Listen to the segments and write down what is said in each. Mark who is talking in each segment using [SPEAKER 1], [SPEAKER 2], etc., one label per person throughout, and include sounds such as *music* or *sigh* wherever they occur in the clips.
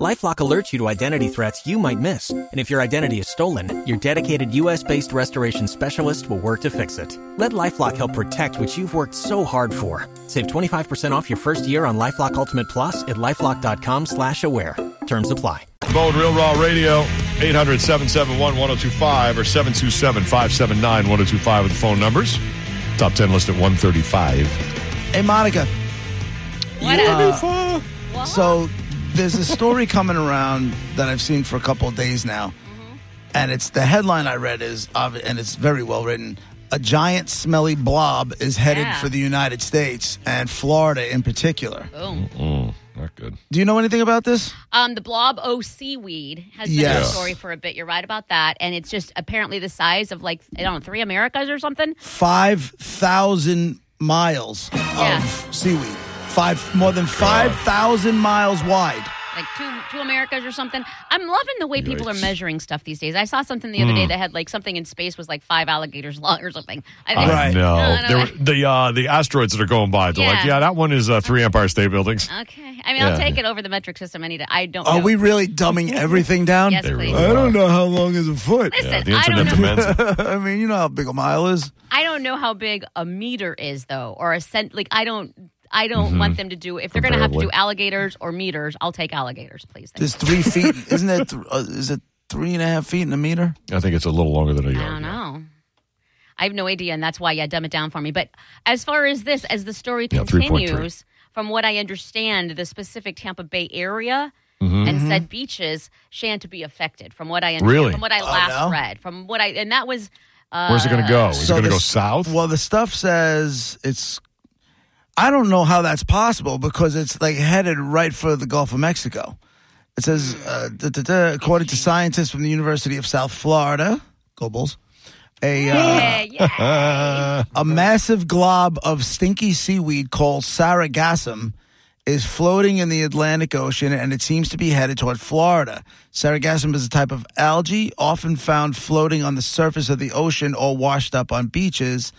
[SPEAKER 1] LifeLock alerts you to identity threats you might miss, and if your identity is stolen, your dedicated U.S.-based restoration specialist will work to fix it. Let LifeLock help protect what you've worked so hard for. Save 25% off your first year on LifeLock Ultimate Plus at lifeLock.com/slash-aware. Terms apply.
[SPEAKER 2] Bold Real Raw Radio, 800 771 1025 or 727 579 1025 with the phone numbers. Top 10 list at 135.
[SPEAKER 3] Hey, Monica.
[SPEAKER 4] What
[SPEAKER 3] you,
[SPEAKER 4] up?
[SPEAKER 3] uh, so there's a story coming around that I've seen for a couple of days now, and it's the headline I read is, obvi- and it's very well written. A giant smelly blob is headed
[SPEAKER 4] Yeah.
[SPEAKER 3] for the United States and Florida in particular.
[SPEAKER 4] Boom.
[SPEAKER 2] Mm, not good.
[SPEAKER 3] Do you know anything about this?
[SPEAKER 4] Um, the blob O seaweed has been a
[SPEAKER 3] Yes.
[SPEAKER 4] story for a bit. You're right about that, and it's just apparently the size of like I don't know three Americas or something.
[SPEAKER 3] Five thousand miles
[SPEAKER 4] Yeah.
[SPEAKER 3] of seaweed. Five more than five thousand miles wide.
[SPEAKER 4] like two two Americas or something. I'm loving the way people are
[SPEAKER 2] Yikes. Hmm.
[SPEAKER 4] measuring stuff these days. I saw something the other day that had like something in space was like five alligators long or something. I, I-
[SPEAKER 3] Right.
[SPEAKER 2] No,
[SPEAKER 4] No, no,
[SPEAKER 2] There
[SPEAKER 4] no.
[SPEAKER 2] were- the uh, the asteroids that are going by, they're like,
[SPEAKER 4] Yeah.
[SPEAKER 2] yeah, that one is uh, three Empire State Buildings.
[SPEAKER 4] Okay. I mean,
[SPEAKER 2] Yeah.
[SPEAKER 4] I'll take it over the metric system. I need it. I don't.
[SPEAKER 3] Are
[SPEAKER 4] know.
[SPEAKER 3] we really dumbing everything down?
[SPEAKER 4] Yes,
[SPEAKER 2] They
[SPEAKER 4] please.
[SPEAKER 2] really-
[SPEAKER 3] I don't know how long is a foot.
[SPEAKER 4] Listen,
[SPEAKER 2] Yeah, the
[SPEAKER 4] I don't
[SPEAKER 2] internet's
[SPEAKER 4] know.
[SPEAKER 2] immense.
[SPEAKER 3] *laughs*
[SPEAKER 4] *laughs*
[SPEAKER 3] I mean, you know how big a mile is.
[SPEAKER 4] I don't know how big a meter is though, or a cent. Like I don't. I don't want them to do. If they're going to have to do
[SPEAKER 2] Mm-hmm. Comparably.
[SPEAKER 4] alligators or meters, I'll take alligators, please. Thank
[SPEAKER 3] There's three feet.
[SPEAKER 2] *laughs*
[SPEAKER 3] Isn't that? Th- uh, is it three and a half feet in a meter?
[SPEAKER 2] I think it's a little longer than a
[SPEAKER 4] I
[SPEAKER 2] yard.
[SPEAKER 4] don't
[SPEAKER 2] yeah.
[SPEAKER 4] know. I have no idea, and that's why, yeah, dumb it down for me. But as far as this, as the story
[SPEAKER 2] Yeah, 3.3.
[SPEAKER 4] continues, from what I understand, the specific Tampa Bay area
[SPEAKER 2] Mm-hmm.
[SPEAKER 4] and said beaches shan't be affected. From what I understand,
[SPEAKER 2] Really?
[SPEAKER 4] from what I last
[SPEAKER 3] no?
[SPEAKER 4] read, from what I, and
[SPEAKER 2] *laughs*
[SPEAKER 4] that was uh,
[SPEAKER 2] Where's it going to go? Is it going to
[SPEAKER 3] the
[SPEAKER 2] go
[SPEAKER 3] s-
[SPEAKER 2] south?
[SPEAKER 3] Well, the stuff says it's. I don't know how that's possible because it's like headed right for the Gulf of Mexico. It says, uh, duh, duh, duh, according to scientists from the University of South Florida, go Bulls, a uh,
[SPEAKER 4] yeah, eh, yeah.
[SPEAKER 2] Uh,
[SPEAKER 3] a massive glob of stinky seaweed called sargassum is floating in the Atlantic Ocean and it seems to be headed toward Florida. Sargassum is a type of algae often found floating on the surface of the ocean or washed up on beaches.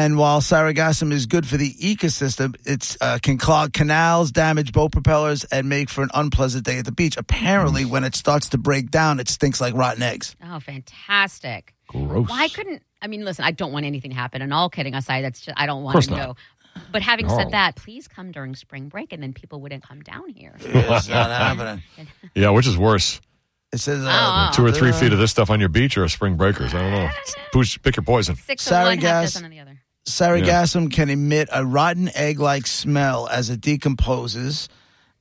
[SPEAKER 3] And while sargassum is good for the ecosystem, it uh, can clog canals, damage boat propellers, and make for an unpleasant day at the beach.
[SPEAKER 2] Mm.
[SPEAKER 3] Apparently, when it starts to break down, it stinks like rotten
[SPEAKER 2] *laughs*
[SPEAKER 3] eggs.
[SPEAKER 4] oh, fantastic.
[SPEAKER 2] gross.
[SPEAKER 4] Why couldn't I mean? Listen, I don't want anything to happen, and all kidding aside, that's just I don't want
[SPEAKER 2] course
[SPEAKER 4] to know. But having
[SPEAKER 2] Horrible.
[SPEAKER 4] said that, please come during spring break, and then people wouldn't come down here.
[SPEAKER 3] It's not happening.
[SPEAKER 2] yeah, which is worse?
[SPEAKER 3] It says
[SPEAKER 4] Oh,
[SPEAKER 3] uh,
[SPEAKER 4] oh.
[SPEAKER 2] Two or three feet of this stuff on your beach or a spring breakers? I don't
[SPEAKER 4] *laughs*
[SPEAKER 2] know. Push, pick your poison.
[SPEAKER 4] Six
[SPEAKER 3] Sorry,
[SPEAKER 4] of one, half
[SPEAKER 3] guys.
[SPEAKER 4] dozen of the other.
[SPEAKER 3] Sargassum can emit a rotten egg like smell as it decomposes.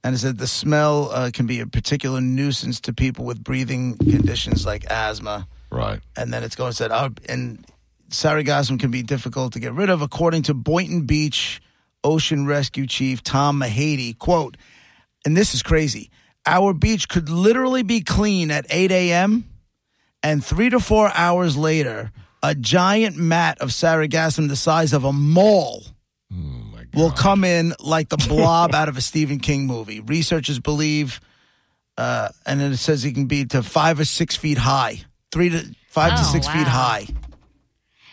[SPEAKER 3] And it said the smell uh, can be a particular nuisance to people with breathing conditions like asthma.
[SPEAKER 2] Right.
[SPEAKER 3] And then it's going to said, uh, and sargassum can be difficult to get rid of, according to Boynton Beach Ocean Rescue Chief Tom Mahady. Quote, and this is crazy our beach could literally be clean at 8 a.m. And three to four hours later, a giant mat of sargassum the size of a mole will come in like the blob out of a Stephen King movie. Researchers believe, uh, and then it says he can be to five or six feet high, three to five to
[SPEAKER 4] Oh,
[SPEAKER 3] six feet
[SPEAKER 4] wow.
[SPEAKER 3] high.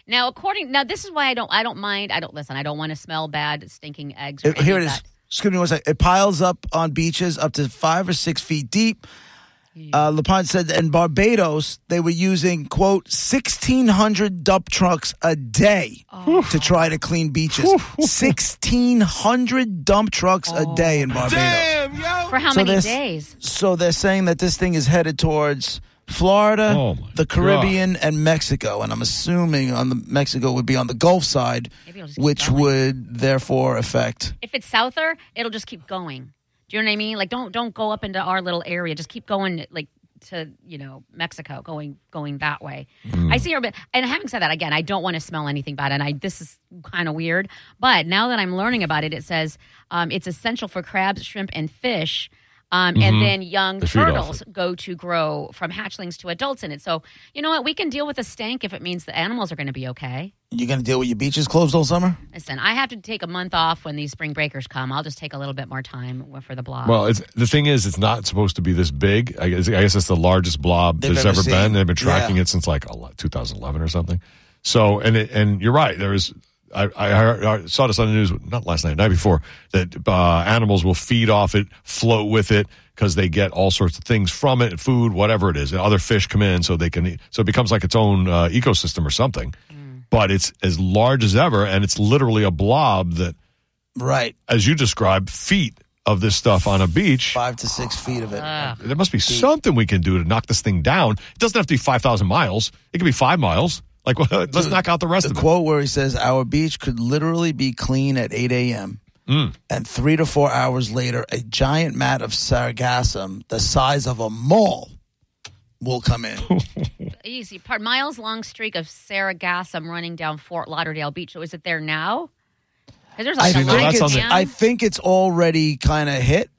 [SPEAKER 4] Now, according now, this is why I don't I don't mind. I don't listen. I don't want to smell bad, stinking eggs. Or
[SPEAKER 3] It- here it
[SPEAKER 4] any of
[SPEAKER 3] is.
[SPEAKER 4] that.
[SPEAKER 3] Excuse me one second. It piles up on beaches up to five or six feet deep. Uh, LePont said in Barbados, they were using, quote, 1,600 dump trucks a day
[SPEAKER 4] Oh.
[SPEAKER 3] to try to clean beaches. 1,600 dump trucks a day
[SPEAKER 4] Oh.
[SPEAKER 3] in Barbados.
[SPEAKER 4] For how
[SPEAKER 3] So
[SPEAKER 4] many
[SPEAKER 3] this-
[SPEAKER 4] days?
[SPEAKER 3] So they're saying that this thing is headed towards Florida,
[SPEAKER 2] Oh, my
[SPEAKER 3] the Caribbean, and Mexico. And I'm assuming on the Mexico would be on the Gulf side,
[SPEAKER 4] Maybe it'll just keep
[SPEAKER 3] which
[SPEAKER 4] going.
[SPEAKER 3] would therefore affect.
[SPEAKER 4] If it's souther, it'll just keep going. Do you know what I mean? Like don't don't go up into our little area. Just keep going like to you know Mexico, going going that way. I see her, but and having said that, again, I don't want to smell anything bad, and I this is kind of weird. But now that I'm learning about it, it says um, it's essential for crabs, shrimp, and fish. Um, And then young
[SPEAKER 2] The feed off
[SPEAKER 4] turtles go to grow from hatchlings to adults in it. So, you know what? We can deal with the stank if it means the animals are going to be okay.
[SPEAKER 3] You gonna deal with your beaches closed all summer?
[SPEAKER 4] Listen, I have to take a month off when these spring breakers come. I'll just take a little bit more time for the
[SPEAKER 3] Uh-huh.
[SPEAKER 4] blob.
[SPEAKER 2] Well, it's, the thing is, it's not supposed to be this big. I guess, I guess it's the largest blob
[SPEAKER 3] They've
[SPEAKER 2] there's
[SPEAKER 3] ever
[SPEAKER 2] ever been.
[SPEAKER 3] seen.
[SPEAKER 2] They've been tracking
[SPEAKER 3] Yeah.
[SPEAKER 2] it since like a lot- 2011 or something. So, and it, and you're right. There is. I, I, heard- I saw this on the news, not last night, the night before, that uh, animals will feed off it, float with it, because they get all sorts of things from it, food, whatever it is. And other fish come in, so they can eat. So it becomes like its own uh, ecosystem or something.
[SPEAKER 3] Mm.
[SPEAKER 2] But it's as large as ever, and it's literally a blob that,
[SPEAKER 3] Right,
[SPEAKER 2] as you described, feet of this stuff on a beach.
[SPEAKER 3] five to six feet of it.
[SPEAKER 2] There must be something we can do to knock this thing down. It doesn't have to be 5,000 miles. It could be five miles. Like, *laughs* well, let's knock out the rest
[SPEAKER 3] the
[SPEAKER 2] of it.
[SPEAKER 3] quote where he says, "Our beach could literally be clean at 8 a.m." And three to four hours later, a giant mat of sargassum the size of a mall will come in.
[SPEAKER 4] Easy part. Miles long streak of sargassum running down Fort Lauderdale Beach. So is it there now? Because there's like a
[SPEAKER 2] See, now
[SPEAKER 4] line
[SPEAKER 2] that's on
[SPEAKER 4] of
[SPEAKER 2] the-
[SPEAKER 4] jam.
[SPEAKER 3] I think it's already kind of hit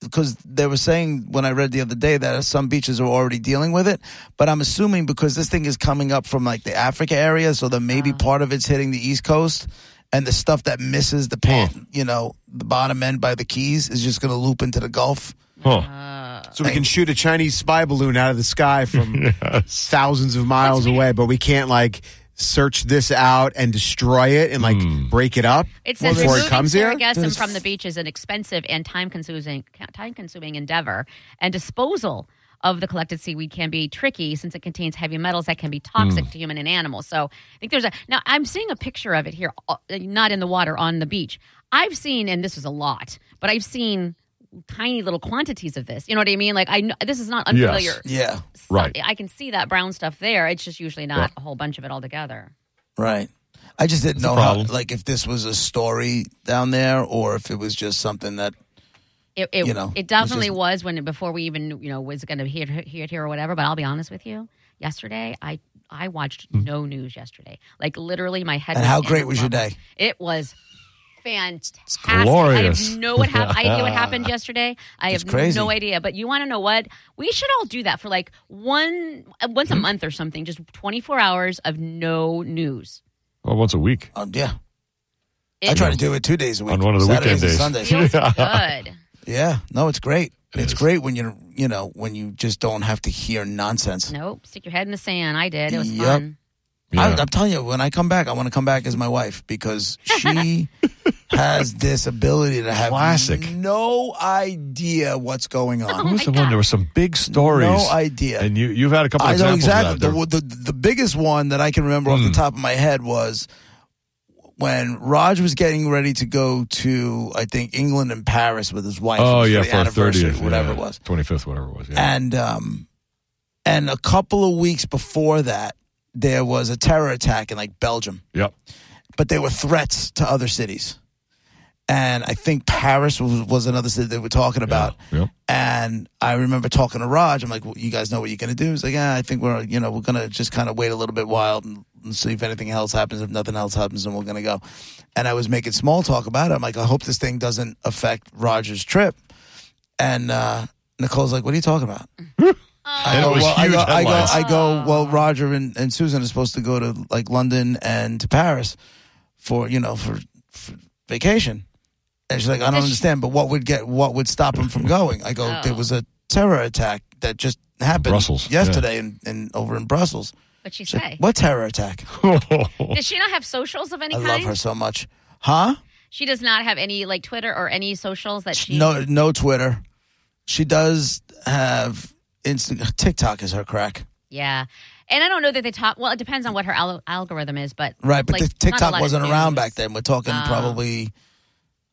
[SPEAKER 3] because they were saying when I read the other day that some beaches are already dealing with it. But I'm assuming because this thing is coming up from like the Africa area, so that maybe
[SPEAKER 4] Ah.
[SPEAKER 3] part of it's hitting the East Coast. And the stuff that misses the pan,
[SPEAKER 2] Hmm.
[SPEAKER 3] you know, the bottom end by the keys is just going to loop into the Gulf.
[SPEAKER 2] Huh.
[SPEAKER 5] So we can shoot a Chinese spy balloon out of the sky from thousands of miles away, but we can't like search this out and destroy it and like break it up
[SPEAKER 4] It says
[SPEAKER 5] before
[SPEAKER 4] removing
[SPEAKER 5] it comes here.
[SPEAKER 4] sargassum from the beach is an expensive and time-consuming time-consuming endeavor, and disposal of the collected seaweed can be tricky since it contains heavy metals that can be
[SPEAKER 5] Hmm.
[SPEAKER 4] toxic to human and animals. So I think there's a now I'm seeing a picture of it here, uh, not in the water on the beach. I've seen, and this is a lot, but I've seen tiny little quantities of this. You know what I mean? Like I know this is not
[SPEAKER 2] Yes.
[SPEAKER 4] unfamiliar.
[SPEAKER 3] Yeah,
[SPEAKER 4] some-
[SPEAKER 2] Right.
[SPEAKER 4] I can see that brown stuff there. It's just usually not a whole bunch of it all together.
[SPEAKER 3] right. I just didn't know
[SPEAKER 2] a
[SPEAKER 3] how,
[SPEAKER 2] problem.
[SPEAKER 3] like, if this was a story down there or if it was just something that
[SPEAKER 4] It, it,
[SPEAKER 3] You know,
[SPEAKER 4] it
[SPEAKER 3] it's
[SPEAKER 4] definitely
[SPEAKER 3] just-
[SPEAKER 4] was when before we even you know was going to hear hear it here or whatever. But I'll be honest with you, yesterday I I watched no news yesterday. Like literally, my head.
[SPEAKER 3] And
[SPEAKER 4] was
[SPEAKER 3] how
[SPEAKER 4] in
[SPEAKER 3] great
[SPEAKER 4] the
[SPEAKER 3] was your
[SPEAKER 4] bubble.
[SPEAKER 3] day?
[SPEAKER 4] It was fantastic. I
[SPEAKER 2] glorious.
[SPEAKER 4] have no what hap- idea what happened yesterday. I have
[SPEAKER 3] crazy.
[SPEAKER 4] no idea. But you want to know what? We should all do that for like one uh, once a month or something. Just twenty four hours of no news.
[SPEAKER 2] Well, once a week.
[SPEAKER 3] Um, yeah. I
[SPEAKER 4] It-
[SPEAKER 3] try to do it two days a week
[SPEAKER 2] On one of the
[SPEAKER 3] Saturdays
[SPEAKER 2] weekend
[SPEAKER 3] and
[SPEAKER 2] days.
[SPEAKER 3] Sundays.
[SPEAKER 4] feels good.
[SPEAKER 3] Yeah, no, it's great. it's
[SPEAKER 2] is.
[SPEAKER 3] great when you're, you know, when you just don't have to hear nonsense.
[SPEAKER 4] Nope. Stick your head in the sand. I did. It was
[SPEAKER 3] Yep.
[SPEAKER 4] fun.
[SPEAKER 2] Yeah.
[SPEAKER 3] I, I'm telling you, when I come back, I want to come back as my wife because
[SPEAKER 2] *laughs*
[SPEAKER 3] she has this ability to have
[SPEAKER 2] Classic.
[SPEAKER 3] no idea what's going on.
[SPEAKER 2] Who was the one? There were some big stories.
[SPEAKER 3] Oh No idea.
[SPEAKER 2] And you, you've had a couple
[SPEAKER 3] I know
[SPEAKER 2] examples
[SPEAKER 3] exactly.
[SPEAKER 2] of that. There- Hmm.
[SPEAKER 3] The, the, the biggest one that I can remember off the top of my head was when Raj was getting ready to go to, I think, England and Paris with his wife.
[SPEAKER 2] oh,
[SPEAKER 3] It was
[SPEAKER 2] yeah,
[SPEAKER 3] the
[SPEAKER 2] for our
[SPEAKER 3] anniversary,
[SPEAKER 2] 30th.
[SPEAKER 3] whatever
[SPEAKER 2] yeah,
[SPEAKER 3] it was.
[SPEAKER 2] 25th, whatever it was. Yeah.
[SPEAKER 3] and um, and a couple of weeks before that, there was a terror attack in like Belgium,
[SPEAKER 2] yep.
[SPEAKER 3] but there were threats to other cities, and I think Paris was, was another city they were talking about.
[SPEAKER 2] *laughs* Yep.
[SPEAKER 3] And I remember talking to Raj. I'm like, well, "You guys know what you're gonna do?" He's like, "Yeah, I think we're you know we're gonna just kind of wait a little bit wild and, and see if anything else happens. If nothing else happens, then we're gonna go." And I was making small talk about it. I'm like, "I hope this thing doesn't affect Roger's trip." And uh, Nicole's like, "What are you talking about?" I
[SPEAKER 2] And it
[SPEAKER 3] go,
[SPEAKER 2] was
[SPEAKER 3] well, I
[SPEAKER 2] huge
[SPEAKER 3] go, I go,
[SPEAKER 2] headlines.
[SPEAKER 3] I go, well, Roger and, and Susan are supposed to go to like London and to Paris for, you know, for, for vacation. And she's like, I don't
[SPEAKER 4] Does she-
[SPEAKER 3] understand, but what would get, what would stop him from going? I go,
[SPEAKER 4] Oh.
[SPEAKER 3] there was a terror attack that just happened
[SPEAKER 2] Brussels, yeah.
[SPEAKER 3] yesterday and in, in, over in Brussels.
[SPEAKER 4] What'd she
[SPEAKER 3] She's
[SPEAKER 4] say?
[SPEAKER 3] like, what terror attack?
[SPEAKER 4] *laughs* Does she not have socials of any
[SPEAKER 3] I
[SPEAKER 4] kind?
[SPEAKER 3] love her so much. Huh?
[SPEAKER 4] She does not have any like Twitter or any socials that she.
[SPEAKER 3] No, no Twitter. She does have Insta- TikTok is her crack.
[SPEAKER 4] Yeah, and I don't know that they talk. Well, it depends on what her al- algorithm is, but
[SPEAKER 3] Right, but
[SPEAKER 4] like,
[SPEAKER 3] the
[SPEAKER 4] not a lot
[SPEAKER 3] TikTok
[SPEAKER 4] of Oh.
[SPEAKER 3] wasn't around
[SPEAKER 4] news.
[SPEAKER 3] back then. We're talking probably,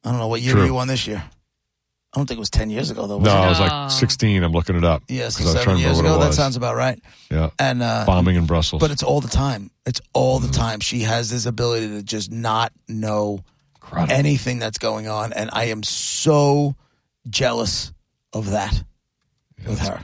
[SPEAKER 3] I don't know what year
[SPEAKER 2] True.
[SPEAKER 3] were you on this year. I don't think it was ten years ago though. Was
[SPEAKER 2] No,
[SPEAKER 3] it?
[SPEAKER 2] I was
[SPEAKER 4] No.
[SPEAKER 2] like 16. I'm looking it up.
[SPEAKER 3] yeah, so
[SPEAKER 2] 'cause I was
[SPEAKER 3] seven
[SPEAKER 2] trying to
[SPEAKER 3] years
[SPEAKER 2] remember what
[SPEAKER 3] ago.
[SPEAKER 2] it
[SPEAKER 3] That
[SPEAKER 2] was.
[SPEAKER 3] sounds about right.
[SPEAKER 2] Yeah.
[SPEAKER 3] And uh,
[SPEAKER 2] Bombing in Brussels.
[SPEAKER 3] but it's all the time. It's all the time. She has this ability to just not know
[SPEAKER 2] Incredible.
[SPEAKER 3] anything that's going on, and I am so jealous of that with her.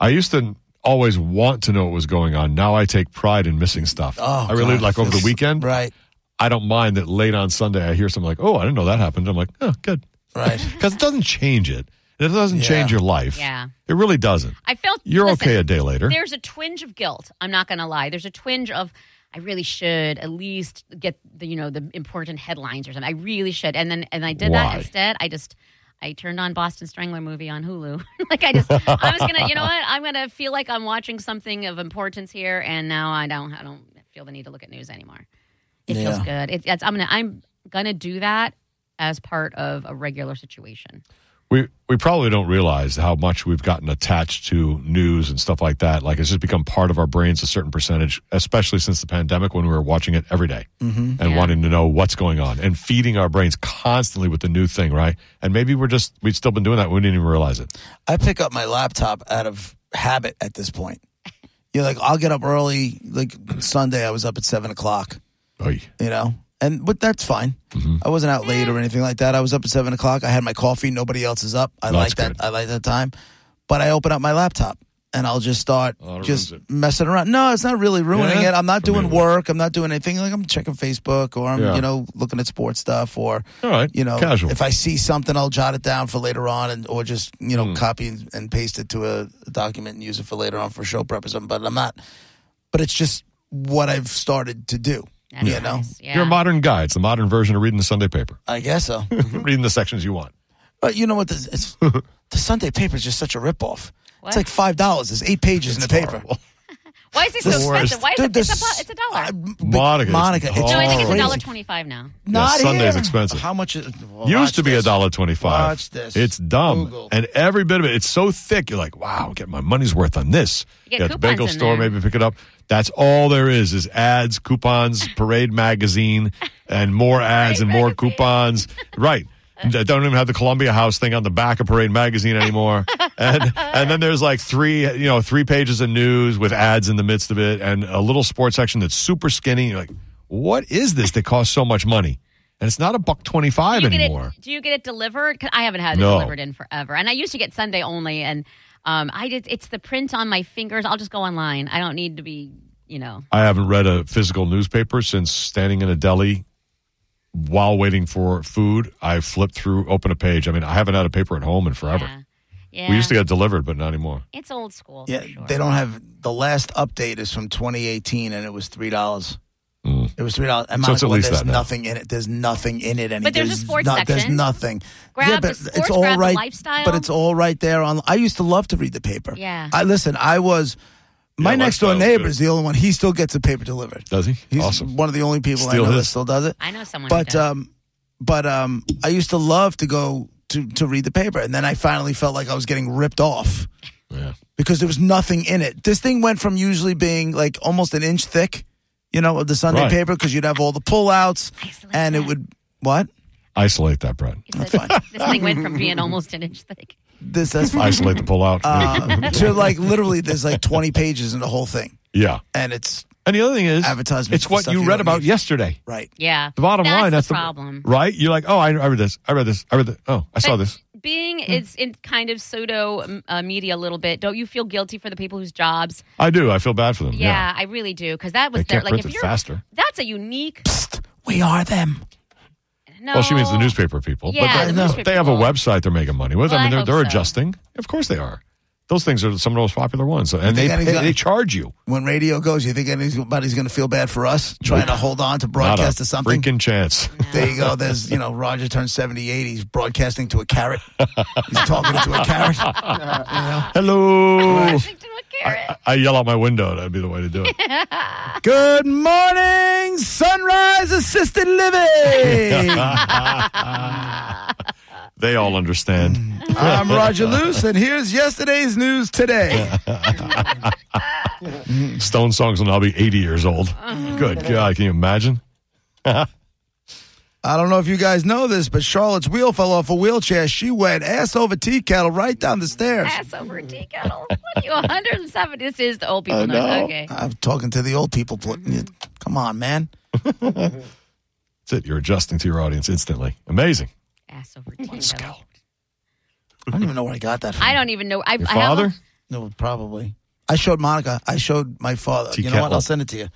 [SPEAKER 2] I used to always want to know what was going on. Now I take pride in missing stuff.
[SPEAKER 3] Oh,
[SPEAKER 2] I really
[SPEAKER 3] God.
[SPEAKER 2] like over the
[SPEAKER 3] It's-
[SPEAKER 2] weekend.
[SPEAKER 3] Right,
[SPEAKER 2] I don't mind *laughs* that late on Sunday I hear something like, "Oh, I didn't know that happened." I'm like, "Oh, good,"
[SPEAKER 3] right.
[SPEAKER 2] because it doesn't change it. It doesn't change your life.
[SPEAKER 4] Yeah.
[SPEAKER 2] It really doesn't.
[SPEAKER 4] I felt
[SPEAKER 2] You're
[SPEAKER 4] listen,
[SPEAKER 2] okay a day later.
[SPEAKER 4] There's a twinge of guilt. I'm not going to lie. There's a twinge of I really should at least get the you know the important headlines or something. I really should. And then and I did
[SPEAKER 2] Why?
[SPEAKER 4] that instead. I just I turned on Boston Strangler movie on Hulu. *laughs* like I just I was gonna you know what I'm gonna feel like I'm watching something of importance here. And now I don't I don't feel the need to look at news anymore. It feels good. It, it's, I'm gonna I'm gonna do that as part of a regular situation.
[SPEAKER 2] we we probably don't realize how much we've gotten attached to news and stuff like that. Like it's just become part of our brains a certain percentage, especially since the pandemic when we were watching it every day and
[SPEAKER 4] Yeah.
[SPEAKER 2] wanting to know what's going on and feeding our brains constantly with the new thing, right? And maybe we're just we've still been doing that. We didn't even realize it.
[SPEAKER 3] I pick up my laptop out of habit at this point. You're like, I'll get up early. Like Sunday, I was up at seven o'clock.
[SPEAKER 2] Oy.
[SPEAKER 3] You know, and but that's fine.
[SPEAKER 2] Mm-hmm.
[SPEAKER 3] I wasn't out late or anything like that. I was up at seven o'clock. I had my coffee. Nobody else is up. I
[SPEAKER 2] That's
[SPEAKER 3] like that.
[SPEAKER 2] good.
[SPEAKER 3] I like that time. But I open up my laptop and I'll just start
[SPEAKER 2] Oh, it
[SPEAKER 3] just
[SPEAKER 2] ruins it.
[SPEAKER 3] messing around. No, it's not really ruining
[SPEAKER 2] Yeah?
[SPEAKER 3] it. I'm not
[SPEAKER 2] For me,
[SPEAKER 3] doing
[SPEAKER 2] it was.
[SPEAKER 3] work. I'm not doing anything. Like I'm checking Facebook or I'm
[SPEAKER 2] Yeah.
[SPEAKER 3] you know looking at sports stuff or
[SPEAKER 2] All right,
[SPEAKER 3] you know
[SPEAKER 2] casual.
[SPEAKER 3] if I see something, I'll jot it down for later on, and or just you
[SPEAKER 2] Hmm.
[SPEAKER 3] know copy and, and paste it to a document and use it for later on for show prep or something. But I'm not. But it's just what I've started to do.
[SPEAKER 4] That's
[SPEAKER 3] you know,
[SPEAKER 4] nice. Yeah.
[SPEAKER 2] You're a modern guy. It's the modern version of reading the Sunday paper,
[SPEAKER 3] I
[SPEAKER 2] *laughs*
[SPEAKER 3] guess so.
[SPEAKER 2] reading the sections you want.
[SPEAKER 3] but you know what? This,
[SPEAKER 2] *laughs*
[SPEAKER 3] it's the Sunday paper is just such a ripoff.
[SPEAKER 4] What?
[SPEAKER 3] It's like five dollars. There's eight pages in the paper.
[SPEAKER 4] Why is it so
[SPEAKER 2] The worst.
[SPEAKER 4] expensive? Why is
[SPEAKER 3] Dude,
[SPEAKER 4] it? It's a,
[SPEAKER 3] this-
[SPEAKER 4] bu- it's a dollar.
[SPEAKER 3] I- but
[SPEAKER 2] Monica, it's
[SPEAKER 3] Monica. It's
[SPEAKER 4] No, I think it's a
[SPEAKER 2] Crazy.
[SPEAKER 4] dollar twenty-five now.
[SPEAKER 3] Not
[SPEAKER 2] Yeah, Sunday's
[SPEAKER 3] here.
[SPEAKER 2] expensive.
[SPEAKER 3] How much? Is, well, watch
[SPEAKER 2] Used to be a
[SPEAKER 3] this.
[SPEAKER 2] dollar twenty-five.
[SPEAKER 3] Watch this.
[SPEAKER 2] It's dumb,
[SPEAKER 3] Google.
[SPEAKER 2] and every bit of it. It's so thick. You're like, wow, get my money's worth on this.
[SPEAKER 4] You get
[SPEAKER 2] You're at the
[SPEAKER 4] coupons
[SPEAKER 2] bagel
[SPEAKER 4] in
[SPEAKER 2] store,
[SPEAKER 4] there.
[SPEAKER 2] maybe pick it up. That's all there is: is ads, coupons, Parade
[SPEAKER 4] *laughs*
[SPEAKER 2] magazine, and more ads and more
[SPEAKER 4] magazine.
[SPEAKER 2] coupons. Right. They don't even have the Columbia House thing on the back of Parade magazine anymore. and and then there's like three, you know, three pages of news with ads in the midst of it, and a little sports section that's super skinny. You're like, what is this that costs so much money? And it's not a buck
[SPEAKER 4] Do
[SPEAKER 2] twenty-five
[SPEAKER 4] you, get
[SPEAKER 2] anymore.
[SPEAKER 4] it, do you get it delivered? 'Cause I haven't had it
[SPEAKER 2] No.
[SPEAKER 4] delivered in forever, and I used to get Sunday only, and um, I did. It's the print on my fingers. I'll just go online. I don't need to be, you know.
[SPEAKER 2] I haven't read a physical newspaper since standing in a deli while waiting for food. I flip through, open a page. I mean, I haven't had a paper at home in forever.
[SPEAKER 4] Yeah, yeah.
[SPEAKER 2] We used to get delivered, but not anymore.
[SPEAKER 4] it's old school.
[SPEAKER 3] Yeah,
[SPEAKER 4] for sure.
[SPEAKER 3] they don't have the last update is from 2018, and it was three dollars.
[SPEAKER 2] Mm.
[SPEAKER 3] It was three dollars. And
[SPEAKER 2] So it's at
[SPEAKER 3] Monica,
[SPEAKER 2] least
[SPEAKER 3] there's
[SPEAKER 2] that now.
[SPEAKER 3] nothing in it. There's nothing in it anymore.
[SPEAKER 4] But there's a sports
[SPEAKER 3] There's
[SPEAKER 4] section.
[SPEAKER 3] nothing.
[SPEAKER 4] Grab
[SPEAKER 3] yeah,
[SPEAKER 4] the
[SPEAKER 3] but it's
[SPEAKER 4] sports,
[SPEAKER 3] all
[SPEAKER 4] grab the
[SPEAKER 3] right.
[SPEAKER 4] lifestyle.
[SPEAKER 3] But it's all right there. On I used to love to read the paper.
[SPEAKER 4] Yeah.
[SPEAKER 3] I listen. I was my
[SPEAKER 2] Yeah,
[SPEAKER 3] next door
[SPEAKER 2] lifestyle's
[SPEAKER 3] neighbor
[SPEAKER 2] good.
[SPEAKER 3] is the only one. He still gets the paper delivered.
[SPEAKER 2] Does he?
[SPEAKER 3] He's
[SPEAKER 2] awesome.
[SPEAKER 3] one of the only people
[SPEAKER 2] Still
[SPEAKER 3] I know that
[SPEAKER 2] is.
[SPEAKER 3] still does it.
[SPEAKER 4] I know someone. who
[SPEAKER 3] But
[SPEAKER 4] does.
[SPEAKER 3] um, but um, I used to love to go to to read the paper, and then I finally felt like I was getting ripped off
[SPEAKER 2] Yeah.
[SPEAKER 3] because there was nothing in it. This thing went from usually being like almost an inch thick, you know, of the Sunday
[SPEAKER 2] Right.
[SPEAKER 3] paper because you'd have all the pullouts
[SPEAKER 4] Isolate
[SPEAKER 3] and it
[SPEAKER 4] that.
[SPEAKER 3] would what?
[SPEAKER 2] Isolate that, Brad.
[SPEAKER 3] *laughs*
[SPEAKER 4] It's a- *laughs* this thing went from being almost an inch thick.
[SPEAKER 3] This that's
[SPEAKER 2] *laughs*
[SPEAKER 3] fine. *laughs*
[SPEAKER 2] Isolate the pullout.
[SPEAKER 3] Uh, to like literally there's like 20 pages in the whole thing
[SPEAKER 2] *laughs* yeah.
[SPEAKER 3] and it's
[SPEAKER 2] And the other thing is,
[SPEAKER 3] Advertisements
[SPEAKER 2] it's
[SPEAKER 3] for
[SPEAKER 2] what
[SPEAKER 3] stuff
[SPEAKER 2] you
[SPEAKER 3] you
[SPEAKER 2] read
[SPEAKER 3] don't
[SPEAKER 2] about
[SPEAKER 3] need.
[SPEAKER 2] yesterday.
[SPEAKER 3] right.
[SPEAKER 4] Yeah,
[SPEAKER 2] The bottom
[SPEAKER 4] that's
[SPEAKER 2] line,
[SPEAKER 4] the
[SPEAKER 2] that's the
[SPEAKER 4] problem.
[SPEAKER 2] Right? You're like, oh, I, I read this. I read this. I read this. Oh, I saw
[SPEAKER 4] But
[SPEAKER 2] this.
[SPEAKER 4] Being
[SPEAKER 2] Hmm.
[SPEAKER 4] it's in kind of pseudo um, uh, media a little bit. Don't you feel guilty for the people whose jobs?
[SPEAKER 2] I do. I feel bad for them.
[SPEAKER 4] Yeah,
[SPEAKER 2] Yeah.
[SPEAKER 4] I really do because that
[SPEAKER 2] They
[SPEAKER 4] was their
[SPEAKER 2] can't
[SPEAKER 4] like
[SPEAKER 2] print
[SPEAKER 4] if
[SPEAKER 2] it
[SPEAKER 4] you're
[SPEAKER 2] faster.
[SPEAKER 4] that's a unique.
[SPEAKER 3] We are them.
[SPEAKER 4] No,
[SPEAKER 2] Well, she means the newspaper people.
[SPEAKER 4] Yeah,
[SPEAKER 2] but they,
[SPEAKER 4] the
[SPEAKER 2] but
[SPEAKER 4] newspaper
[SPEAKER 2] they have a
[SPEAKER 4] people.
[SPEAKER 2] website they're making money with.
[SPEAKER 4] Well,
[SPEAKER 2] I mean,
[SPEAKER 4] I
[SPEAKER 2] they're,
[SPEAKER 4] hope
[SPEAKER 2] they're
[SPEAKER 4] so.
[SPEAKER 2] adjusting. Of course they are. Those things are some of the most popular ones. And they,
[SPEAKER 3] think
[SPEAKER 2] they,
[SPEAKER 3] anything-
[SPEAKER 2] they charge you.
[SPEAKER 3] When radio goes, you think anybody's going to feel bad for us trying to hold on to broadcast
[SPEAKER 2] Not a
[SPEAKER 3] to something?
[SPEAKER 2] freaking
[SPEAKER 4] *laughs*
[SPEAKER 2] chance.
[SPEAKER 3] There you go. There's, you know, Roger turned 78. He's broadcasting to a carrot. He's talking to a carrot.
[SPEAKER 2] Hello.
[SPEAKER 4] Washington with carrot.
[SPEAKER 2] I, I yell out my window. That'd be the way to
[SPEAKER 4] *laughs*
[SPEAKER 2] do it.
[SPEAKER 3] Good morning, Sunrise Assisted Living.
[SPEAKER 2] They all understand.
[SPEAKER 3] I'm Roger Luce, and here's yesterday's news today.
[SPEAKER 2] Stone songs and I'll be 80 years old.
[SPEAKER 4] Uh-huh.
[SPEAKER 2] Good God. Can you imagine?
[SPEAKER 3] I don't know if you guys know this, but Charlotte's wheel fell off a wheelchair. She went ass over tea kettle right down the stairs.
[SPEAKER 4] Ass over tea
[SPEAKER 2] *laughs*
[SPEAKER 4] kettle. What are you? 170. This is the old people.
[SPEAKER 2] I
[SPEAKER 4] noise.
[SPEAKER 2] know.
[SPEAKER 4] Okay.
[SPEAKER 3] I'm talking to the old people. pl- Come on, man.
[SPEAKER 2] That's it. You're adjusting to your audience instantly. Amazing.
[SPEAKER 4] Ass over tea
[SPEAKER 2] Skill.
[SPEAKER 4] kettle.
[SPEAKER 3] I don't even know where I got that from.
[SPEAKER 4] I don't even know. I,
[SPEAKER 2] Your
[SPEAKER 4] I have a-
[SPEAKER 2] father?
[SPEAKER 3] No, probably. I showed Monica. I showed my father.
[SPEAKER 2] Tea
[SPEAKER 3] you know what?
[SPEAKER 2] kettle.
[SPEAKER 3] I'll send it to you.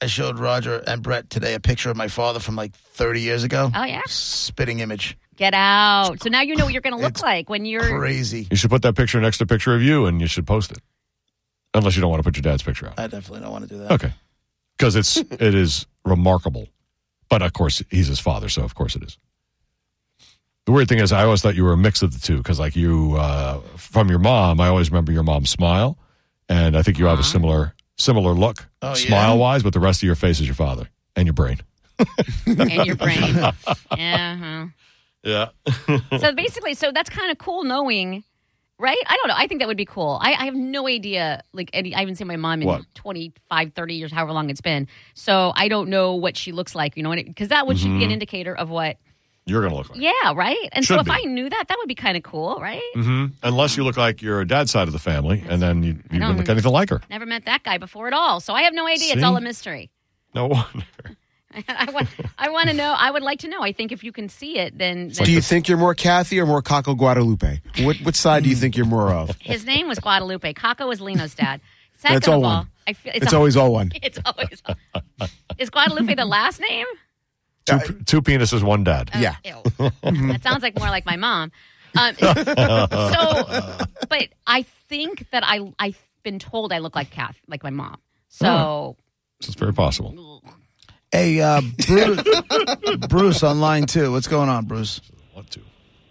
[SPEAKER 3] I showed Roger and Brett today a picture of my father from like 30 years ago.
[SPEAKER 4] Oh, yeah?
[SPEAKER 3] Spitting image.
[SPEAKER 4] Get out. So now you know what you're going to look
[SPEAKER 3] It's
[SPEAKER 4] like when you're.
[SPEAKER 3] Crazy.
[SPEAKER 2] You should put that picture next to a picture of you, and you should post it. Unless you don't want to put your dad's picture out.
[SPEAKER 3] I definitely don't want to do that.
[SPEAKER 2] Okay, because it's *laughs* it is remarkable, but of course he's his father, so of course it is. The weird thing is, I always thought you were a mix of the two, because like you uh, from your mom, I always remember your mom's smile, and I think you have a similar similar look,
[SPEAKER 3] Oh, yeah?
[SPEAKER 2] smile wise, but the rest of your face is your father and your brain.
[SPEAKER 4] in
[SPEAKER 2] *laughs*
[SPEAKER 4] your brain. yeah.
[SPEAKER 2] Yeah,
[SPEAKER 4] huh. So basically, so that's kind of cool knowing, right? I don't know. I think that would be cool. I, I have no idea. Like, any, I haven't seen my mom in
[SPEAKER 2] What?
[SPEAKER 4] twenty five, thirty 25, 30 years, however long it's been. So I don't know what she looks like, you know, because that would
[SPEAKER 2] Mm-hmm.
[SPEAKER 4] should be an indicator of what.
[SPEAKER 2] you're gonna look like.
[SPEAKER 4] Yeah, right? And so
[SPEAKER 2] Should
[SPEAKER 4] if
[SPEAKER 2] be.
[SPEAKER 4] I knew that, that would be kind of cool, right?
[SPEAKER 5] Mm.
[SPEAKER 2] hmm Unless you look like your dad's side of the family, and then you, you
[SPEAKER 4] don't-
[SPEAKER 2] wouldn't look anything like her.
[SPEAKER 4] Never met that guy before at all. So I have no idea.
[SPEAKER 2] See?
[SPEAKER 4] It's all a mystery. *laughs*
[SPEAKER 2] No wonder.
[SPEAKER 4] I want, I want to know. I would like to know. I think if you can see it, then, then
[SPEAKER 5] do you think you're more Kathy or more Caco Guadalupe? What what side do you think you're more of?
[SPEAKER 4] *laughs* his name was Guadalupe. Caco was Lino's
[SPEAKER 5] *laughs*
[SPEAKER 4] dad. Second
[SPEAKER 5] That's all
[SPEAKER 4] of all,
[SPEAKER 5] one.
[SPEAKER 4] I feel,
[SPEAKER 5] It's always all one.
[SPEAKER 4] *laughs* It's always. Is Guadalupe the last name? Oh,
[SPEAKER 2] Two, two penises, one dad.
[SPEAKER 5] Yeah. *laughs*
[SPEAKER 4] Ew. that sounds like more like my mom. Um, *laughs* so, but I think that I I've been told I look like Kath, like my mom. So
[SPEAKER 2] So it's very possible.
[SPEAKER 5] Oh.
[SPEAKER 3] Hey, uh, Bruce, *laughs* Bruce online too. What's going on, Bruce?
[SPEAKER 2] What two?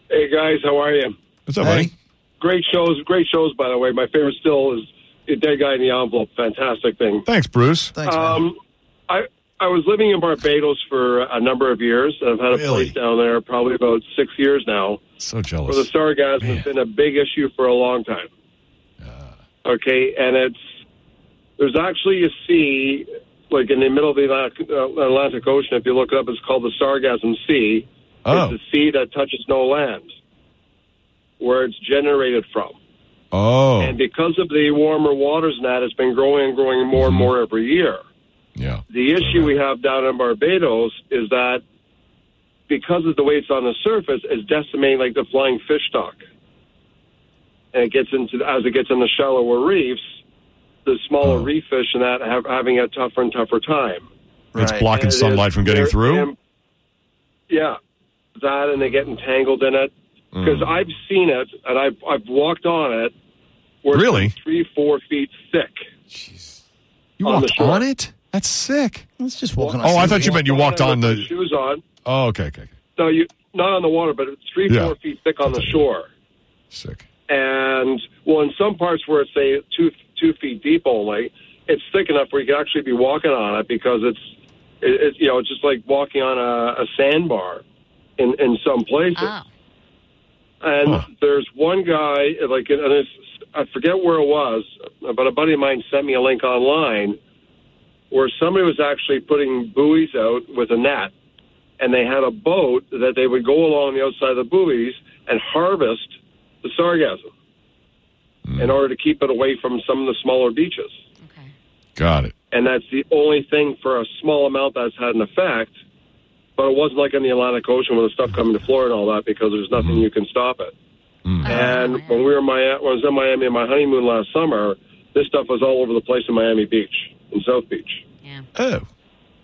[SPEAKER 6] Hey guys, how are you?
[SPEAKER 2] What's up,
[SPEAKER 3] Hey.
[SPEAKER 2] buddy?
[SPEAKER 6] Great shows, great shows. By the way, my favorite still is the dead guy in the envelope. Fantastic thing.
[SPEAKER 2] Thanks, Bruce.
[SPEAKER 3] Thanks, man.
[SPEAKER 6] Um, I I was living in Barbados for a number of years. I've had a
[SPEAKER 2] Really?
[SPEAKER 6] place down there probably about six years now.
[SPEAKER 2] So
[SPEAKER 6] Where the
[SPEAKER 2] jealous.
[SPEAKER 6] sargasm
[SPEAKER 2] Man. Ah.
[SPEAKER 6] has been a big issue for a long time. Okay, and it's there's actually a sea like in the middle of the Atlantic, uh, Atlantic Ocean. If you look it up, it's called the Sargasm Sea.
[SPEAKER 2] Oh,
[SPEAKER 6] It's a sea that touches no land, where it's generated from.
[SPEAKER 2] oh,
[SPEAKER 6] And because of the warmer waters and that, it's been growing and growing more
[SPEAKER 2] Mm-hmm.
[SPEAKER 6] and more every year.
[SPEAKER 2] yeah.
[SPEAKER 6] The issue we have down in Barbados is that because of the way it's on the surface, it's decimating like the flying fish stock. And it gets into as it gets in the shallower reefs, the smaller
[SPEAKER 2] Oh.
[SPEAKER 6] reef fish and that have having a tougher and tougher time.
[SPEAKER 2] It's
[SPEAKER 3] Right.
[SPEAKER 2] blocking
[SPEAKER 6] And it
[SPEAKER 2] sunlight
[SPEAKER 6] is-
[SPEAKER 2] from getting
[SPEAKER 6] they're-
[SPEAKER 2] through.
[SPEAKER 6] and- yeah, that and they get entangled in it because
[SPEAKER 2] Mm.
[SPEAKER 6] I've seen it and I've I've walked on it. Where it's
[SPEAKER 2] Really?
[SPEAKER 6] three four feet thick.
[SPEAKER 2] You
[SPEAKER 6] on the
[SPEAKER 2] walked
[SPEAKER 6] shore.
[SPEAKER 2] on it? That's sick.
[SPEAKER 3] Let's just walk on.
[SPEAKER 2] Oh, I
[SPEAKER 3] sea.
[SPEAKER 2] thought you meant you walked on
[SPEAKER 6] with
[SPEAKER 2] the.
[SPEAKER 6] shoes on.
[SPEAKER 2] Oh, okay, okay, okay.
[SPEAKER 6] No, you not on the water, but it's three
[SPEAKER 2] Yeah.
[SPEAKER 6] four feet thick on the shore.
[SPEAKER 2] Sick.
[SPEAKER 6] And well, in some parts where it's say two two feet deep only, it's thick enough where you can actually be walking on it because it's it, it's you know it's just like walking on a, a sandbar in in some places.
[SPEAKER 4] oh,
[SPEAKER 6] And
[SPEAKER 2] Huh.
[SPEAKER 6] there's one guy, like, and it's, I forget where it was, but a buddy of mine sent me a link online where somebody was actually putting buoys out with a net, and they had a boat that they would go along the outside of the buoys and harvest the sargassum in order to keep it away from some of the smaller beaches.
[SPEAKER 4] okay.
[SPEAKER 2] Got it.
[SPEAKER 6] And that's the only thing for a small amount that's had an effect. But it wasn't like in the Atlantic Ocean with the stuff coming to Florida and all that because there's nothing you can stop it. And
[SPEAKER 4] Oh,
[SPEAKER 6] when we were in Miami, when I was in Miami on my honeymoon last summer, this stuff was all over the place in Miami Beach, in South Beach.
[SPEAKER 4] yeah.
[SPEAKER 2] Oh.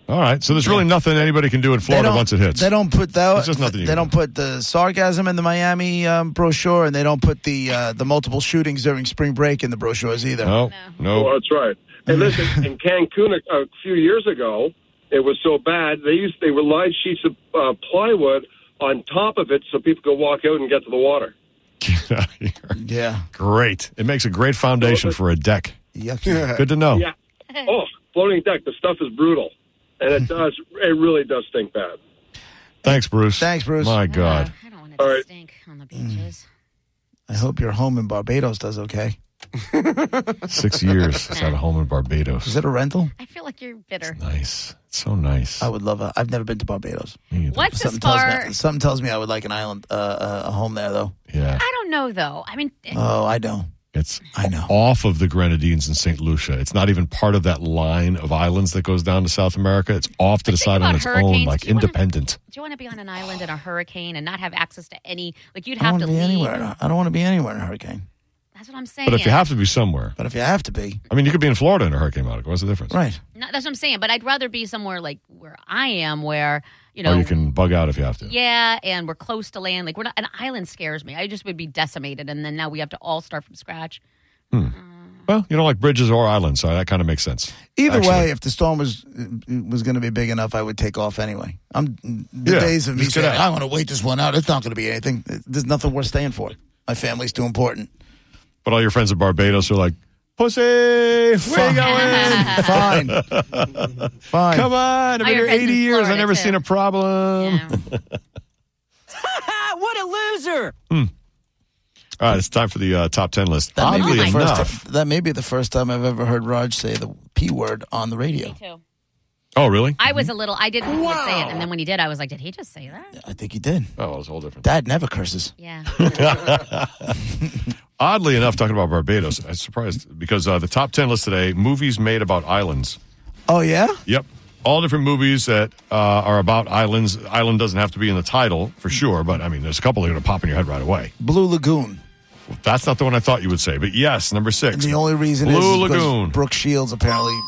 [SPEAKER 2] All right. So there's really nothing anybody can do in
[SPEAKER 3] They
[SPEAKER 2] Florida
[SPEAKER 3] don't-
[SPEAKER 2] once it hits.
[SPEAKER 3] They don't put that.
[SPEAKER 2] There's just nothing you
[SPEAKER 3] They
[SPEAKER 2] can
[SPEAKER 3] don't put the sarcasm in the Miami um, brochure, and they don't put the uh, the multiple shootings during spring break in the brochures either.
[SPEAKER 2] No,
[SPEAKER 6] Well,
[SPEAKER 2] no.
[SPEAKER 6] that's right. And listen, in Cancun a, a few years ago, it was so bad they used they were lined sheets of uh, plywood on top of it so people could walk out and get to the water.
[SPEAKER 2] *laughs* Get out of here.
[SPEAKER 3] Yeah,
[SPEAKER 2] Great. It makes a great foundation for a deck.
[SPEAKER 3] yucky.
[SPEAKER 2] Good to know.
[SPEAKER 6] Yeah. Oh, floating deck. The stuff is brutal, and it does. It really does stink bad.
[SPEAKER 2] Thanks, Bruce.
[SPEAKER 3] Thanks, Bruce.
[SPEAKER 2] My
[SPEAKER 4] Uh,
[SPEAKER 2] God. Mm.
[SPEAKER 4] I don't want it
[SPEAKER 6] All
[SPEAKER 4] to
[SPEAKER 6] right.
[SPEAKER 4] stink on the beaches.
[SPEAKER 3] I hope your home in Barbados does okay. *laughs*
[SPEAKER 2] Six years since I had a home in Barbados.
[SPEAKER 3] Is it a rental?
[SPEAKER 4] I feel like you're bitter.
[SPEAKER 2] Nice. It's so nice.
[SPEAKER 3] I would love a. I've never been to Barbados.
[SPEAKER 2] Me either.
[SPEAKER 4] What's as
[SPEAKER 3] Something tells
[SPEAKER 4] far?
[SPEAKER 3] me. Something tells me I would like an island, uh, uh, a home there though.
[SPEAKER 2] Yeah.
[SPEAKER 4] I don't know though. I mean, eh,
[SPEAKER 3] Oh, I know.
[SPEAKER 2] It's
[SPEAKER 3] I know.
[SPEAKER 2] off of the Grenadines and St. Lucia. It's not even part of that line of islands that goes down to South America. It's off to the
[SPEAKER 4] think
[SPEAKER 2] side on
[SPEAKER 4] about
[SPEAKER 2] its own,
[SPEAKER 4] hurricanes.
[SPEAKER 2] like
[SPEAKER 4] Do you wanna-
[SPEAKER 2] independent.
[SPEAKER 4] do you want to be on an island in a hurricane and not have access to any? Like you'd
[SPEAKER 3] I don't
[SPEAKER 4] have
[SPEAKER 3] want
[SPEAKER 4] to
[SPEAKER 3] to be
[SPEAKER 4] leave.
[SPEAKER 3] anywhere. I don't want to be anywhere in a hurricane.
[SPEAKER 4] That's what I'm saying.
[SPEAKER 2] But if you have to be somewhere,
[SPEAKER 3] But if you have to be,
[SPEAKER 2] I mean, you could be in Florida in a hurricane, Monica. What's the difference?
[SPEAKER 3] right?
[SPEAKER 4] No, that's what I'm saying. But I'd rather be somewhere like where I am, where you know,
[SPEAKER 2] Or you can bug out if you have to.
[SPEAKER 4] yeah, and we're close to land. Like we're not an island scares me. I just would be decimated, and then now we have to all start from scratch.
[SPEAKER 2] Well, you don't like bridges or islands, so that kind of makes sense.
[SPEAKER 3] Either
[SPEAKER 2] Actually-
[SPEAKER 3] way, if the storm was uh, was going to be big enough, I would take off anyway. I'm the
[SPEAKER 2] Yeah,
[SPEAKER 3] days of me
[SPEAKER 2] just get
[SPEAKER 3] saying
[SPEAKER 2] out.
[SPEAKER 3] I want to wait this one out. It's not going to be anything. There's nothing worth staying for. My family's too important.
[SPEAKER 2] But all your friends in Barbados are like, pussy, where you
[SPEAKER 4] *laughs*
[SPEAKER 2] going? *laughs*
[SPEAKER 3] Fine, fine.
[SPEAKER 2] Come on, I've
[SPEAKER 4] Oh,
[SPEAKER 2] been here
[SPEAKER 4] your friends in
[SPEAKER 2] 80 years. I've
[SPEAKER 4] Florida,
[SPEAKER 2] never
[SPEAKER 4] too.
[SPEAKER 2] seen a problem.
[SPEAKER 4] Yeah.
[SPEAKER 2] *laughs* All right, it's time for the uh, top 10 list.
[SPEAKER 3] That may,
[SPEAKER 2] Oddly
[SPEAKER 3] be the
[SPEAKER 2] enough,
[SPEAKER 3] first time, that may be the first time I've ever heard Raj say the P word on the radio.
[SPEAKER 4] me too.
[SPEAKER 2] oh, really?
[SPEAKER 4] I was a little. I didn't think he would say it, and then when he did, I was like, "Did he just say that?"
[SPEAKER 3] I think he did.
[SPEAKER 2] Oh, well, it's a whole different.
[SPEAKER 3] Dad never curses.
[SPEAKER 4] Yeah.
[SPEAKER 2] Oddly enough, talking about Barbados, I'm surprised because uh, the top 10 list today movies made about islands.
[SPEAKER 3] Oh, yeah?
[SPEAKER 2] Yep. All different movies that uh, are about islands. Island doesn't have to be in the title for sure, but I mean, there's a couple that are going to pop in your head right away.
[SPEAKER 3] Blue Lagoon.
[SPEAKER 2] Well, that's not the one I thought you would say, but yes, number
[SPEAKER 3] And
[SPEAKER 2] six.
[SPEAKER 3] the only reason
[SPEAKER 2] Blue
[SPEAKER 3] is is because
[SPEAKER 2] Lagoon.
[SPEAKER 3] Brooke Shields apparently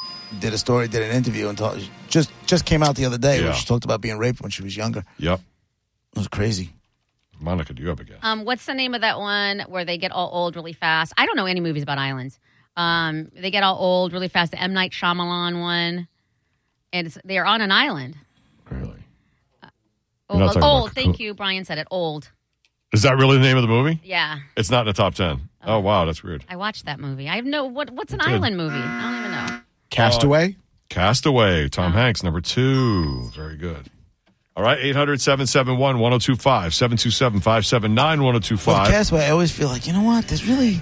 [SPEAKER 3] did a story, did an interview, and talk, just just came out the other day
[SPEAKER 2] Yeah.
[SPEAKER 3] where she talked about being raped when she was younger.
[SPEAKER 2] Yep.
[SPEAKER 3] It was crazy.
[SPEAKER 2] Monica, do you have a guess?
[SPEAKER 4] um, what's the name of that one where they get all old really fast? I don't know any movies about islands. Um, they get all old really fast. The M Night Shyamalan one, and it's, they are on an island.
[SPEAKER 2] really? You're
[SPEAKER 4] Oh,
[SPEAKER 2] not
[SPEAKER 4] old.
[SPEAKER 2] talking about
[SPEAKER 4] old, Thank
[SPEAKER 2] Cocoon.
[SPEAKER 4] you, Brian said it. Old.
[SPEAKER 2] Is that really the name of the movie?
[SPEAKER 4] Yeah.
[SPEAKER 2] It's not in the top 10. Oh, wow, that's weird.
[SPEAKER 4] I watched that movie. I have no what what's an
[SPEAKER 2] good.
[SPEAKER 4] island movie? I don't even know.
[SPEAKER 5] Castaway.
[SPEAKER 2] Castaway, Tom Hanks, number two. Very good. All right, 800 771 1025, 727 579
[SPEAKER 3] With
[SPEAKER 2] 1025.
[SPEAKER 3] Castaway, I always feel like, you know what? There's really,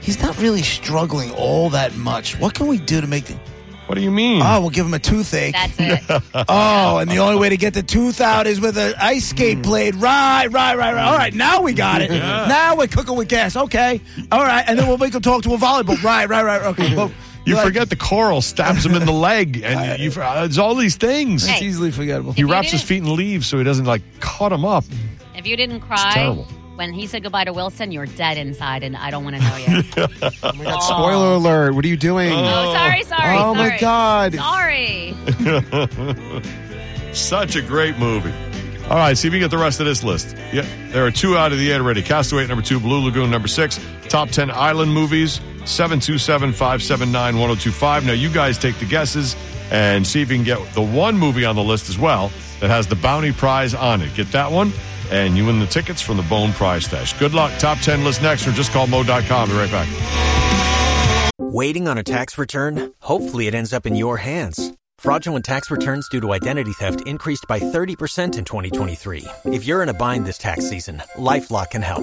[SPEAKER 3] he's not really struggling all that much. What can we do to make the,
[SPEAKER 2] What do you mean?
[SPEAKER 3] oh, we'll give him a toothache.
[SPEAKER 4] That's it.
[SPEAKER 2] *laughs*
[SPEAKER 3] Oh, and the only way to get the tooth out is with an ice skate blade. Right, right, right, right. All right, now we got it. Now we're cooking with gas. Okay. All right, and then we'll make him talk to a volleyball. Right, right, right.
[SPEAKER 2] *laughs*
[SPEAKER 3] Okay. Well,
[SPEAKER 2] you
[SPEAKER 3] like,
[SPEAKER 2] forget the coral stabs him in the leg,
[SPEAKER 3] *laughs*
[SPEAKER 2] and you, you, it's all these things.
[SPEAKER 4] Hey.
[SPEAKER 3] It's easily forgettable.
[SPEAKER 2] He
[SPEAKER 4] you
[SPEAKER 2] wraps his
[SPEAKER 4] didn't-
[SPEAKER 2] feet in leaves so he doesn't like cut him up.
[SPEAKER 4] if you didn't cry
[SPEAKER 2] terrible.
[SPEAKER 4] when he said goodbye to Wilson, you're dead inside and I don't want to
[SPEAKER 2] *laughs*
[SPEAKER 4] know you.
[SPEAKER 5] Spoiler alert! What are you doing?
[SPEAKER 4] oh, sorry, sorry.
[SPEAKER 5] Oh, my
[SPEAKER 4] sorry.
[SPEAKER 5] God.
[SPEAKER 4] Sorry.
[SPEAKER 2] Such a great movie. All right, see if you can get the rest of this list. Yeah, there are two out of the eight already. Castaway at number two, Blue Lagoon number six, top ten island movies, 727-579-1025. Now you guys take the guesses and see if you can get the one movie on the list as well that has the bounty prize on it. Get that one, and you win the tickets from the Bone Prize Stash. Good luck. Top ten list next, or just call Mo.com. Be right back.
[SPEAKER 1] Waiting on a tax return? Hopefully, it ends up in your hands. Fraudulent tax returns due to identity theft increased by 30% in 2023. If you're in a bind this tax season, LifeLock can help.